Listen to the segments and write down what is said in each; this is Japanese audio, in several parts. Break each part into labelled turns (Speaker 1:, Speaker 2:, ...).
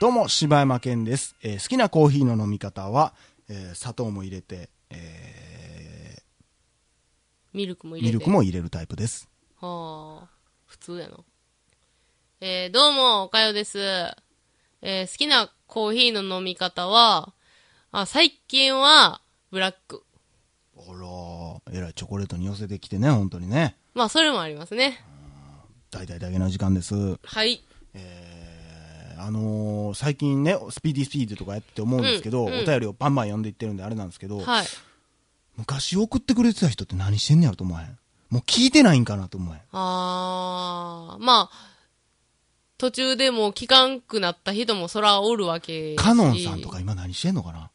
Speaker 1: どうも、柴山健です。えー好きなコーヒーの飲み方は、えー砂糖も入れて、え
Speaker 2: ミルクも
Speaker 1: ー
Speaker 2: 入れ
Speaker 1: ミ
Speaker 2: て。
Speaker 1: ルクも入れるタイプです。
Speaker 2: はあ、普通やな。えー、どうも、おかよです。えー、好きなコーヒーの飲み方は、あ、最近は、ブラック。
Speaker 1: あらー、えらいチョコレートに寄せてきてね、本当にね。
Speaker 2: まあ、それもありますね。
Speaker 1: 大々だけの時間です。
Speaker 2: はい。
Speaker 1: えーあのー最近ね、スピーディースピーディーとかやってて思うんですけど、
Speaker 2: うんうん
Speaker 1: お便りをバンバン読んでいってるんであれなんですけど、
Speaker 2: はい。
Speaker 1: 昔送ってくれてた人って何してんねやろと思わへん。もう聞いてないんかなと思わへん。
Speaker 2: あー、まあ、途中でもう聞かんくなった人もそらおるわけやし
Speaker 1: カノンさんと。か今何してんのかな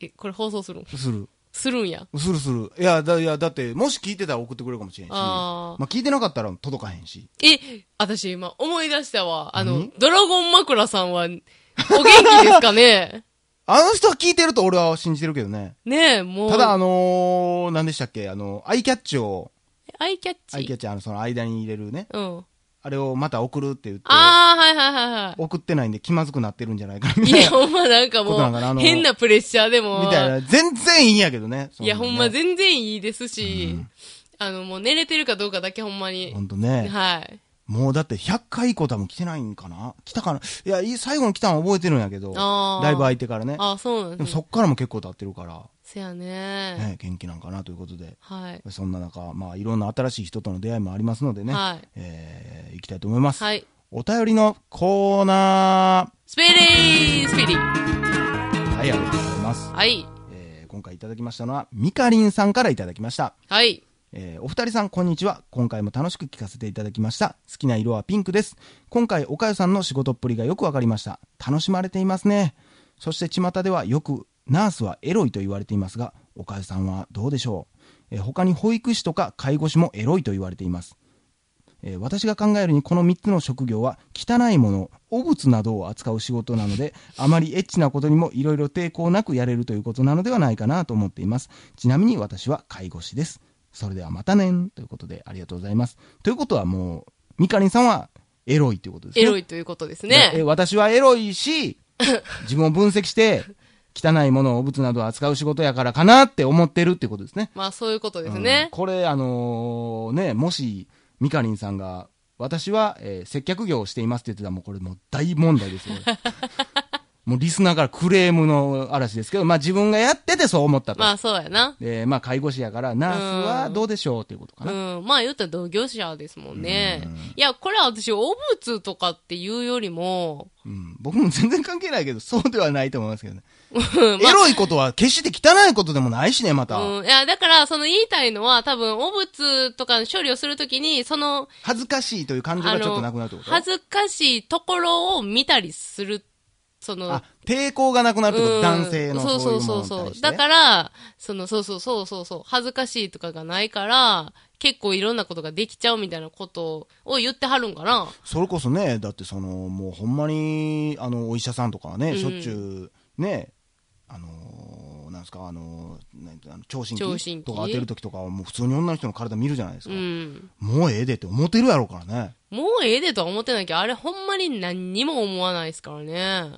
Speaker 2: え、これ放送するん
Speaker 1: する。
Speaker 2: するんや。
Speaker 1: するする。いや、だ、いや、だって、もし聞いてたら送ってくれるかもしれんし、
Speaker 2: あー
Speaker 1: まあ聞いてなかったら届かへんし。
Speaker 2: え、私今思い出したわ。あの、ドラゴン枕さんは、お元気ですかね
Speaker 1: あの人は聞いてると俺は信じてるけどね。
Speaker 2: ねえ、もう。
Speaker 1: ただ、あのー、何でしたっけあの、アイキャッチを、
Speaker 2: アイキャッチ。
Speaker 1: アイキャッチ、あの、その間に入れるね。
Speaker 2: うん。
Speaker 1: あれをまた送るって言って、
Speaker 2: あー、はいはいはいは
Speaker 1: 送ってないんで気まずくなってるんじゃないかみ
Speaker 2: い。い
Speaker 1: たい
Speaker 2: や、
Speaker 1: な。
Speaker 2: ほんまなんかも
Speaker 1: ことなんかなあ
Speaker 2: う、
Speaker 1: の
Speaker 2: 変なプレッシャーでも。
Speaker 1: みたいな。全然いいんやけどね。
Speaker 2: いや、ほんま全然いいです
Speaker 1: う
Speaker 2: し
Speaker 1: ん、
Speaker 2: あの、もう寝れてるかどうかだけほんまに。
Speaker 1: 本当ね。
Speaker 2: はい。
Speaker 1: もうだって100回以降多分来てないんかな来たかないや、いい最後に来たの覚えてるんやけど。
Speaker 2: あー
Speaker 1: だいぶ空いてからね。
Speaker 2: あー、そうなん
Speaker 1: で
Speaker 2: で
Speaker 1: も
Speaker 2: すね。
Speaker 1: そっからも結構経ってるから、
Speaker 2: せやね。
Speaker 1: ね、元気なんかなということで。
Speaker 2: はい。
Speaker 1: そんな中、まあいろんな新しい人との出会いもありますのでね。
Speaker 2: はい
Speaker 1: えー、行きたいと思います。
Speaker 2: はい。
Speaker 1: お便りのコーナ
Speaker 2: スペリースペリー。
Speaker 1: ー。はい、ありがとうございます。
Speaker 2: はい。
Speaker 1: えー、今回いただきましたのは、みかりんさんからいただきました。
Speaker 2: はい。
Speaker 1: えーお二人さん、こんにちは。今回も楽しく聞かせていただきました。好きな色はピンクです。今回、おかゆさんの仕事っぷりがよくわかりました。楽しまれていますね。そして、巷ではよく、ナースはエロいと言われていますが、おかゆさんはどうでしょう、えー他に保育士とか介護士もエロいと言われています。えー私が考えるにこの3つの職業は汚いもの、汚物などを扱う仕事なので、あまりエッチなことにもいろいろ抵抗なくやれるということなのではないかなと思っています。ちなみに私は介護士です。それではまたねんということでありがとうございます。ということはもう、ミカリンさんはエロいということです
Speaker 2: エ
Speaker 1: ね。
Speaker 2: ロいということです
Speaker 1: えー
Speaker 2: ね。
Speaker 1: 私はエロい し、自分を分析して、汚いもの、汚物などを扱う仕事やからかなって思ってるってことですね。
Speaker 2: まあ、そういうことですね
Speaker 1: うん。これ、あのーね、もし、ミカリンさんが、私は、えー接客業をしていますって言ってたら、もうこれもう大問題 ですよ、これもうリスナーからクレームの嵐ですけど、まあ自分がやっててそう思ったと。
Speaker 2: まあ、そうやな。
Speaker 1: で、まあ介護士やから、ナースはどうでしょうっていうことかな。
Speaker 2: うん、まあ言ったら同業者ですもんね。いや、これは私、汚物とかっていうよりも、
Speaker 1: うん僕も全然関係ないけど、そうではないと思いますけどね。
Speaker 2: うんま
Speaker 1: エロいことは決して汚いことでもないしね、ま た。
Speaker 2: あ、うん、いや、だから、その言いたいのは、多分、汚物とかの処理をするときに、その、
Speaker 1: 恥ずかしいという感情
Speaker 2: あ
Speaker 1: がちょっとなくなるって
Speaker 2: の、
Speaker 1: こと
Speaker 2: 恥ずかしいところを見たりする、その、
Speaker 1: あ、抵抗がなくなるってこと、
Speaker 2: うん
Speaker 1: 男性の
Speaker 2: そ
Speaker 1: そう
Speaker 2: うそ
Speaker 1: いう
Speaker 2: う
Speaker 1: も
Speaker 2: そ
Speaker 1: の
Speaker 2: う
Speaker 1: に
Speaker 2: そ
Speaker 1: 対
Speaker 2: う。
Speaker 1: してね
Speaker 2: だから、その、そうそうそうそうそう、恥ずかしいとかがないから、結構いろんなことができちゃうみたいなことを言ってはるんかな。
Speaker 1: それこそね、だってその、もうほんまに、あの、お医者さんとかはね、
Speaker 2: うん
Speaker 1: しょっちゅう、ね、あのーなんですか、あのーなんあの聴診
Speaker 2: 聴診
Speaker 1: 器
Speaker 2: 器
Speaker 1: とか当てるときとかは、もう普通に女の人の体見るじゃないです
Speaker 2: う
Speaker 1: か。
Speaker 2: ん。
Speaker 1: もうええでって思ってるやろうからね。
Speaker 2: もうええでとは思ってないけど、あれほんまに何にも思わないですからね。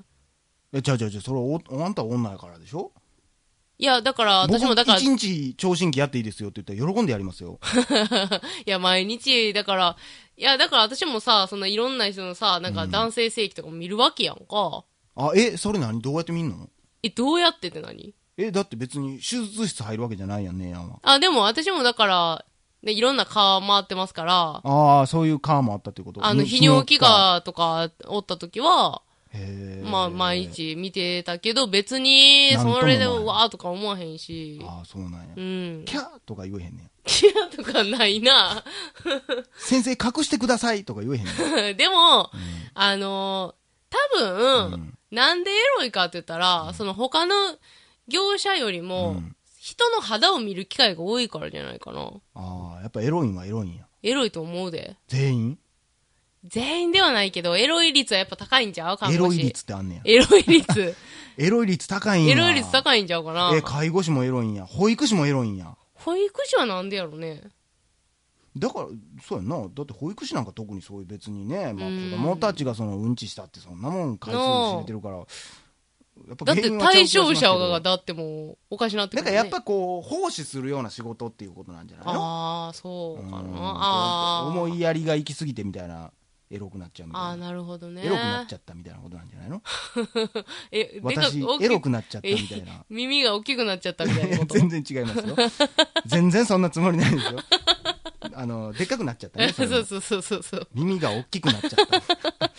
Speaker 1: え、ちゃうちゃうちゃう、それお、あんたは女やからでしょ
Speaker 2: いや、だから、
Speaker 1: 僕
Speaker 2: 私もだから、
Speaker 1: 一
Speaker 2: い
Speaker 1: 日聴診器やっていいですよって言ったら喜んでやりますよ。
Speaker 2: や、毎日、だから、いや、だから私もさ、そのいろんな人のさ、なんか男性性器とかも見るわけやんか。
Speaker 1: あ、え、それ何どうやって見んの
Speaker 2: え、どうやってって何
Speaker 1: え、だって別に手術室入るわけじゃないやんねやんは。
Speaker 2: あ、でも私もだから、ね、いろんな蚊回ってますから、
Speaker 1: ああ、そういうカーもあったってこと
Speaker 2: あの、泌尿器。科とかおった時は、
Speaker 1: へえ。
Speaker 2: まあ、毎日見てたけど、別に、
Speaker 1: なんとも
Speaker 2: それで、
Speaker 1: 思わない
Speaker 2: わーとか思わへんし、
Speaker 1: ああ、そうなんや。
Speaker 2: うん。
Speaker 1: キャーとか言えへんねん。
Speaker 2: キャーとかないな。
Speaker 1: 先生隠してくださいとか言えへん ねん。
Speaker 2: でも、あのー多分、なんでエロいかって言ったら、その他の業者よりも、人の肌を見る機会が多いからじゃないかな。
Speaker 1: ああ、やっぱエロいんはエロいんや。
Speaker 2: エロいと思うで。
Speaker 1: 全員
Speaker 2: 全員ではないけど、エロい率はやっぱ高いんちゃう看
Speaker 1: エ
Speaker 2: 護
Speaker 1: ロ
Speaker 2: 師
Speaker 1: い率ってあんねや。
Speaker 2: エロい 率。
Speaker 1: エロい率高いんや。
Speaker 2: エロい率高いんちゃうかな
Speaker 1: え、。介護士もエロいんや。保育士もエロいんや。
Speaker 2: 保育士はなんでやろね。
Speaker 1: だからそうやんなだって保育士なんか特にそういう別にね、まあ、
Speaker 2: う
Speaker 1: 子
Speaker 2: ん
Speaker 1: 供たちがそのうんちしたってそんなもん回数知れてるからやっぱ
Speaker 2: だっ
Speaker 1: 原
Speaker 2: て
Speaker 1: 因はちゃう気
Speaker 2: 対
Speaker 1: がしま
Speaker 2: 象
Speaker 1: すけ
Speaker 2: 者
Speaker 1: ど
Speaker 2: が、だってもう、おかしなって
Speaker 1: だ
Speaker 2: く
Speaker 1: か
Speaker 2: る、
Speaker 1: ら
Speaker 2: ね。
Speaker 1: やっぱこう奉仕するような仕事っていうことなんじゃないの
Speaker 2: ああ、そうかな。
Speaker 1: うん
Speaker 2: ああ。
Speaker 1: 思いやりが行き過ぎてみたいなエロくなっちゃうみ
Speaker 2: あ
Speaker 1: た
Speaker 2: あ、
Speaker 1: いな
Speaker 2: なるほどね。
Speaker 1: エロくなっちゃったみたいなことなんじゃないの
Speaker 2: え、 でか
Speaker 1: 私
Speaker 2: 大き
Speaker 1: エロくなっちゃったみたいな
Speaker 2: 耳が大きくなっちゃったみた い
Speaker 1: いや
Speaker 2: なこと。
Speaker 1: 全然違いますよ全然そんなつもりないですよあのでっかくなっちゃったねそ
Speaker 2: そ
Speaker 1: れも
Speaker 2: うそうそうそうそう。
Speaker 1: 耳が大きくなっちゃった。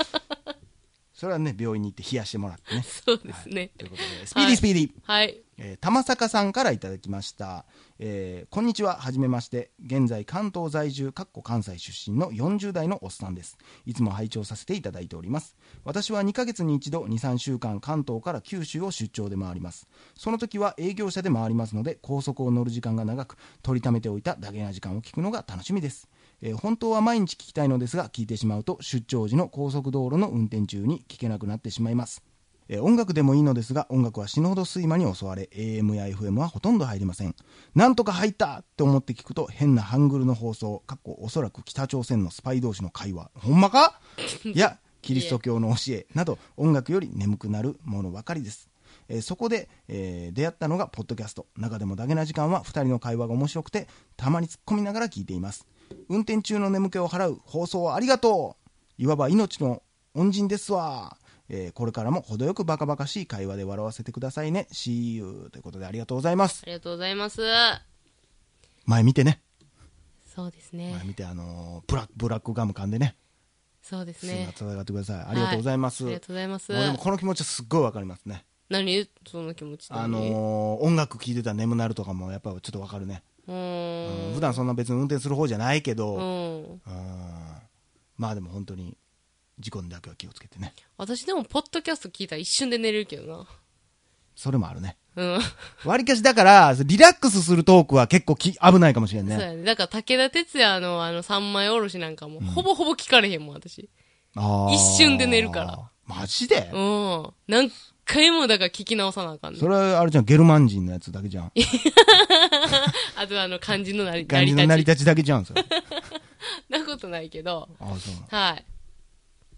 Speaker 1: それはね、病院に行って冷やしてもらってね。
Speaker 2: そうですね。
Speaker 1: ということで、スピーディースピーディー。
Speaker 2: はい。
Speaker 1: えー玉坂さんからいただきました、えーこんにちははじめまして現在関東在住かっこ関西出身の40代のおっさんですいつも拝聴させていただいております私は2ヶ月に一度23週間関東から九州を出張で回りますその時は営業車で回りますので高速を乗る時間が長く取りためておいたダゲな時間を聞くのが楽しみですえー本当は毎日聞きたいのですが聞いてしまうと出張時の高速道路の運転中に聞けなくなってしまいますえー音楽でもいいのですが音楽は死ぬほど睡魔に襲われ AM や FM はほとんど入りませんなんとか入ったと思って聞くと変なハングルの放送かっこおそらく北朝鮮のスパイ同士の会話ほんまかいやキリスト教の教えなど音楽より眠くなるものばかりですえーそこで、えー出会ったのがポッドキャスト中でもだけな時間は2人の会話が面白くてたまに突っ込みながら聞いています運転中の眠気を払う放送をありがとういわば命の恩人ですわ、えーこれからも程よくバカバカしい会話で笑わせてくださいね See you ということでありがとうございます
Speaker 2: ありがとうございます。
Speaker 1: 前見てね
Speaker 2: そうです
Speaker 1: 前
Speaker 2: ね。
Speaker 1: 見てあのーブラブラックガム噛んでね
Speaker 2: そうです
Speaker 1: すぐ
Speaker 2: ね。
Speaker 1: 戦ってくださいありがとうございます、
Speaker 2: はあり
Speaker 1: も
Speaker 2: がとうございます
Speaker 1: う。でもこの気持ちはすっごいわかりますね
Speaker 2: 何その気持ち
Speaker 1: あのー音楽聴いてたら眠なるとかもやっぱちょっとわかるね、
Speaker 2: う
Speaker 1: うん
Speaker 2: ん。
Speaker 1: 普段そんな別に運転する方じゃないけど、
Speaker 2: うん。
Speaker 1: うんまあでも本当に事故にだけは気をつけてね
Speaker 2: 私でも、ポッドキャスト聞いたら一瞬で寝れるけど
Speaker 1: それもあるね
Speaker 2: な。うん。
Speaker 1: わりかしだからリラックスするトークは結構き危ないかもしれん
Speaker 2: そう
Speaker 1: ね
Speaker 2: やね。だから、武田鉄矢のあの、三枚おろしなんかも、ほぼほぼ聞かれへんもん、私。
Speaker 1: あー
Speaker 2: 一瞬で寝るから
Speaker 1: マジで、
Speaker 2: うん。何回もだから聞き直さなあかんね
Speaker 1: そ。れはあれじゃんゲルマン人のやつだけじゃん
Speaker 2: あとあの、漢字の 成り成
Speaker 1: 感
Speaker 2: り
Speaker 1: じ
Speaker 2: 立
Speaker 1: の
Speaker 2: ち。
Speaker 1: 成り立ちだけじゃんそれ
Speaker 2: なことないけど。
Speaker 1: ああそう、
Speaker 2: はい。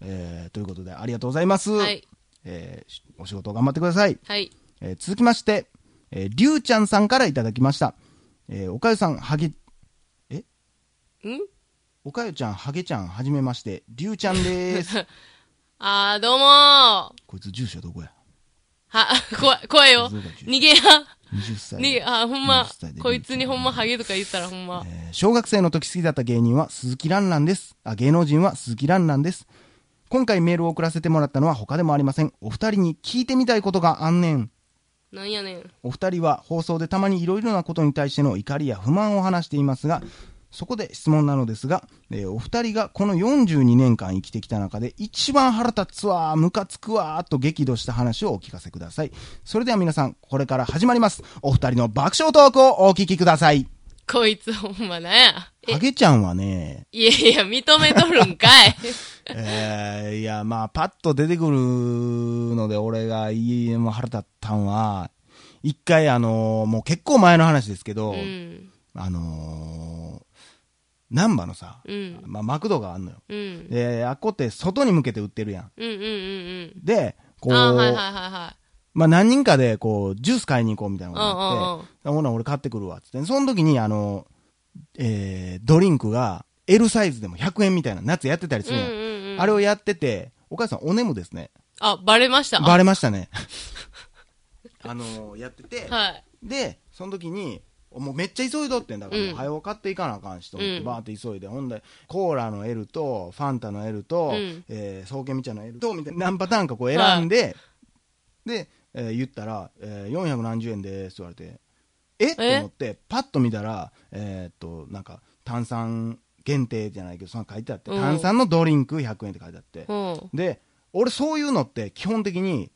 Speaker 1: えー、ということでありがとうございます、
Speaker 2: はい。
Speaker 1: えーしお仕事頑張ってください
Speaker 2: はい。
Speaker 1: えー続きまして、えー、りゅうちゃんさんからいただきました。えーおかゆさん、はげ、え
Speaker 2: ん
Speaker 1: おかゆちゃん、はげちゃん、はじめまして、りゅうちゃんでー す。
Speaker 2: あー、どうもー。は、
Speaker 1: こいつ住所どこや
Speaker 2: 怖い、怖いよ。
Speaker 1: そうだ
Speaker 2: 逃げや。
Speaker 1: ?20
Speaker 2: 逃
Speaker 1: 歳。
Speaker 2: げ、あー、ほんま
Speaker 1: 20歳で、
Speaker 2: こいつにほんまハゲとか言ったらほんま。
Speaker 1: えー小学生の時好きだった芸人は鈴木蘭蘭です。あ、芸能人は鈴木蘭蘭です。今回メールを送らせてもらったのは他でもありません。お二人に聞いてみたいことがあんねん。
Speaker 2: なんやねん。
Speaker 1: お二人は放送でたまにいろいろなことに対しての怒りや不満を話していますが、そこで質問なのですが、えーお二人がこの42年間生きてきた中で一番腹立つわー、ムカつくわーと激怒した話をお聞かせください。それでは皆さん、これから始まります。お二人の爆笑トークをお聞きください。
Speaker 2: こいつほんまなんや。え
Speaker 1: ハ、ゲちゃんはね、
Speaker 2: いやいや、認めとるんか い。
Speaker 1: えー、いや、まあ、パッと出てくるので、俺がいいもう腹立ったんは、一回あのーもう結構前の話ですけど、
Speaker 2: うん。
Speaker 1: あのー、難波のさ、
Speaker 2: うん。
Speaker 1: まあ、マクドがあんのよ。
Speaker 2: うん。
Speaker 1: で、あっこって外に向けて売ってるやん。
Speaker 2: うんうんうん
Speaker 1: で、
Speaker 2: う
Speaker 1: こ
Speaker 2: ん。
Speaker 1: う、
Speaker 2: あー、はいはいはいはい。
Speaker 1: まあ、何人かで、こう、ジュース買いに行こうみたいなことに
Speaker 2: うんうんう
Speaker 1: なんって、ほな、俺買ってくるわ、つって。その時に、あの、えー、ドリンクが L サイズでも100円みたいな、夏やってたりするやん。
Speaker 2: うんうんうん
Speaker 1: あれをやってて、お母さん、おねむですね。
Speaker 2: あ、バレました。
Speaker 1: バレました ね。あのー、やってて、
Speaker 2: はい。
Speaker 1: でその時にもうめっちゃ急いどってんだから、
Speaker 2: うん
Speaker 1: もう早う買っていかなあかんしと思って、
Speaker 2: うん
Speaker 1: バーって急いでほんでコーラの L とファンタの L と、
Speaker 2: うん
Speaker 1: えー、宗家み茶の L とみたいな何パターンかこう選んで、で、えー言ったら、えー、4何十円ですって言われてえっと思ってパッと見たらえーっとなんか炭酸限定じゃないけどそんなの書いてあって、
Speaker 2: うん
Speaker 1: 炭酸のドリンク100円って書いてあって、
Speaker 2: うん。
Speaker 1: で俺そういうのって基本的に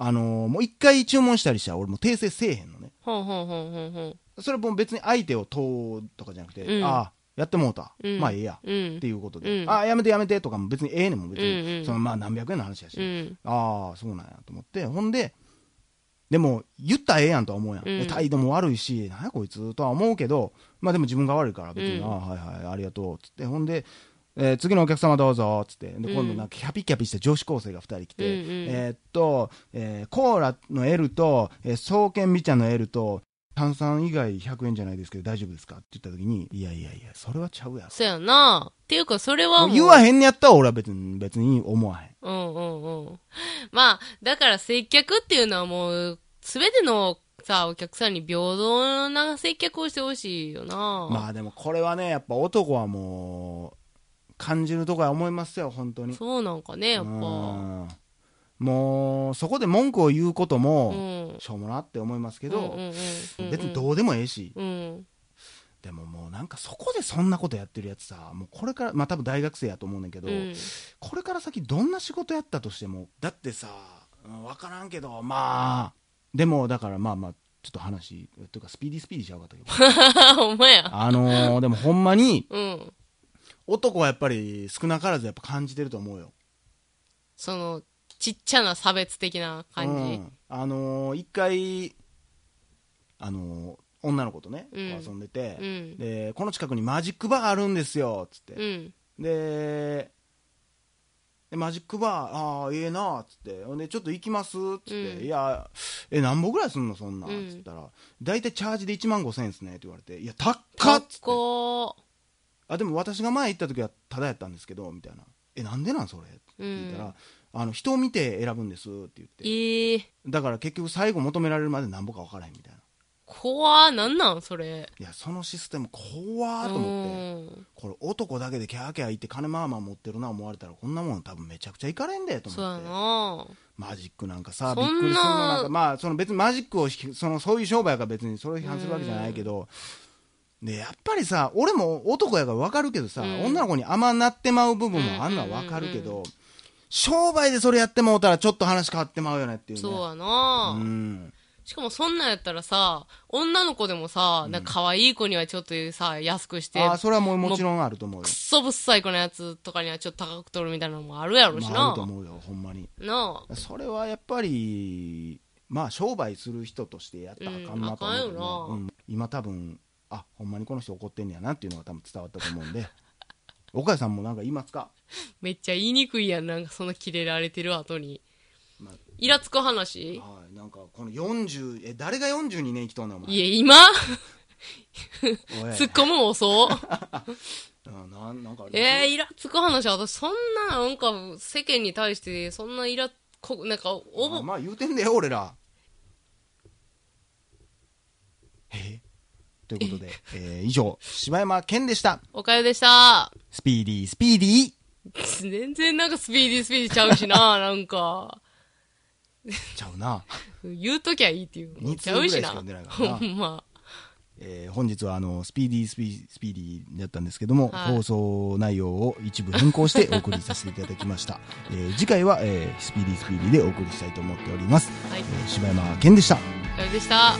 Speaker 1: あのーもう一回注文したりしたら俺もう訂正せえへんのね
Speaker 2: ほんほんほんほんほん。
Speaker 1: それも別に相手を問うとかじゃなくて、
Speaker 2: うん
Speaker 1: ああやってもうた、
Speaker 2: うん
Speaker 1: まあええや、
Speaker 2: うん
Speaker 1: っていうことで、
Speaker 2: うん
Speaker 1: ああやめてやめてとかも別にええねんもん別に、
Speaker 2: うんうん
Speaker 1: そのまあ何百円の話やし、
Speaker 2: うん。
Speaker 1: ああそうなんやと思ってほんででも、言ったらええやんとは思うやん。
Speaker 2: うん
Speaker 1: 態度も悪いし、なんやこいつとは思うけど、まあでも自分が悪いから、別に、
Speaker 2: うん
Speaker 1: ああはいはい、ありがとう、つって。ほんで、えー次のお客様どうぞ、つって。で、今
Speaker 2: う
Speaker 1: 度
Speaker 2: ん
Speaker 1: なんかキャピキャピした女子高生が2人来て、
Speaker 2: うんうん
Speaker 1: えーっと、えーコーラの L と、えー、双剣美茶の L と、炭酸以外100円じゃないですけど大丈夫ですかって言った時に、いやいやいや、それはちゃうやろ。
Speaker 2: そやな。っていうか、それはもう。
Speaker 1: 言わへんねやったら俺は別に、別に思わへん。
Speaker 2: うんうんうん。まあ、だから接客っていうのはもう、すべてのさ、お客さんに平等な接客をしてほしいよな。
Speaker 1: まあでもこれはね、やっぱ男はもう、感じるとこや思いますよ、本当に。
Speaker 2: そうなんかね、やっぱ。
Speaker 1: うんもう、そこで文句を言うこと
Speaker 2: う
Speaker 1: も、
Speaker 2: ん。
Speaker 1: しょうもなって思いますけ
Speaker 2: うんうん
Speaker 1: ど、
Speaker 2: うん、
Speaker 1: 別にどうでもええし、
Speaker 2: うん。
Speaker 1: でももうなんかそこでそんなことやってるやつさ、もうこれから、まあ多分大学生やと思うねんけど
Speaker 2: う、ん。
Speaker 1: これから先どんな仕事やったとしても、だってさ、うんわからんけど、まあ、でもだからまあまあ、ちょっと話、というかスピーディースピーディーしちゃうかったけ ど、
Speaker 2: ほんまや。
Speaker 1: あのー、でもほんまに、
Speaker 2: うん。
Speaker 1: 男はやっぱり少なからずやっぱ感じてると思うよ
Speaker 2: その、ちっちゃな差別的な感
Speaker 1: う
Speaker 2: じ。
Speaker 1: んあのー一回あのー女の子とね、
Speaker 2: うん
Speaker 1: 遊んでて、
Speaker 2: うん。
Speaker 1: でこの近くにマジックバーあるんですよつって、
Speaker 2: うん。
Speaker 1: ででマジックバーああええなっつってほんでちょっと行きますっつって、
Speaker 2: うん
Speaker 1: いやえ何本ぐらいすんのそんなん、
Speaker 2: うん
Speaker 1: つったら大体チャージで1万5000円ですねって言われていや高っっつって
Speaker 2: こ
Speaker 1: あでも私が前行った時はタダやったんですけどみたいなえなんでなんそれって聞いたら、
Speaker 2: うん
Speaker 1: あの人を見て選ぶんですって言っ
Speaker 2: え
Speaker 1: て
Speaker 2: ー、
Speaker 1: だから結局最後求められるまでなんぼか分からへんみたいな
Speaker 2: 怖なんなんそれ。
Speaker 1: いやそのシステム怖ーと思って
Speaker 2: うん
Speaker 1: これ男だけでキャーキャー言って金まあまあ持ってるな思われたらこんなもん多分めちゃくちゃいかれんでと
Speaker 2: そうや
Speaker 1: 思って
Speaker 2: な。
Speaker 1: マジックなんかさび
Speaker 2: そん
Speaker 1: っ
Speaker 2: な
Speaker 1: くりするのなんかまあその別にマジックをひそのそういう商売やから別にそれを批判するわけじゃないけどでやっぱりさ俺も男やから分かるけどさ、
Speaker 2: うん
Speaker 1: 女の子に甘なってまう部分もあんのは分かるけど、商売でそれやってもうたらちょっと話変わってまうよねっていうね
Speaker 2: そうやな。
Speaker 1: うん
Speaker 2: しかもそんなんやったらさ、女の子でもさ、なんか可愛い子にはちょっとさ、安くして、
Speaker 1: ああそれはもうもちろんあると思うよ
Speaker 2: くっそぶっさい子のやつとかにはちょっと高く取るみたいなのもあるやろし
Speaker 1: まあ、あ
Speaker 2: な
Speaker 1: ると。思うよほんまに
Speaker 2: なあ。
Speaker 1: それはやっぱりまあ商売する人としてやったらあかんなと思うけどね
Speaker 2: うんあかんよな
Speaker 1: うん今多分あほんまにこの人怒ってんねやなっていうのが多分伝わったと思うんで 岡谷さんもなんか言いますか
Speaker 2: めっちゃ言いにくいやん。なんかそんなキレられてる後に
Speaker 1: まあ。
Speaker 2: イラつく話
Speaker 1: はいなんかこの40え誰が42年生きとんねんお前
Speaker 2: いや、今
Speaker 1: おい
Speaker 2: 突っ込む遅
Speaker 1: うんなんなんかあれ
Speaker 2: えー、イラつく話私そんな、なんか世間に対してそんなイラ、こなんか、お
Speaker 1: まあ
Speaker 2: ぼ、
Speaker 1: まあ言うてんだよ俺らえということで、えー以上柴山健でした
Speaker 2: おかゆでした。
Speaker 1: スピーディースピーディー
Speaker 2: 全然なんかスピーディースピーディーちゃうしな、なんか。
Speaker 1: ちゃうな
Speaker 2: 言うときゃいいっていう。
Speaker 1: 二
Speaker 2: ち
Speaker 1: 通
Speaker 2: ゃ
Speaker 1: ぐら
Speaker 2: う
Speaker 1: いしか
Speaker 2: しな。
Speaker 1: 読んでないからな
Speaker 2: ほんま。
Speaker 1: えー本日はあのスピーディースピースピーディーだったんですけども、
Speaker 2: はい
Speaker 1: 放送内容を一部変更してお送りさせていただきました、 えー次回は、えースピーディースピーディーでお送りしたいと思っております、
Speaker 2: はい
Speaker 1: え。ー柴山健でした
Speaker 2: お疲れでした。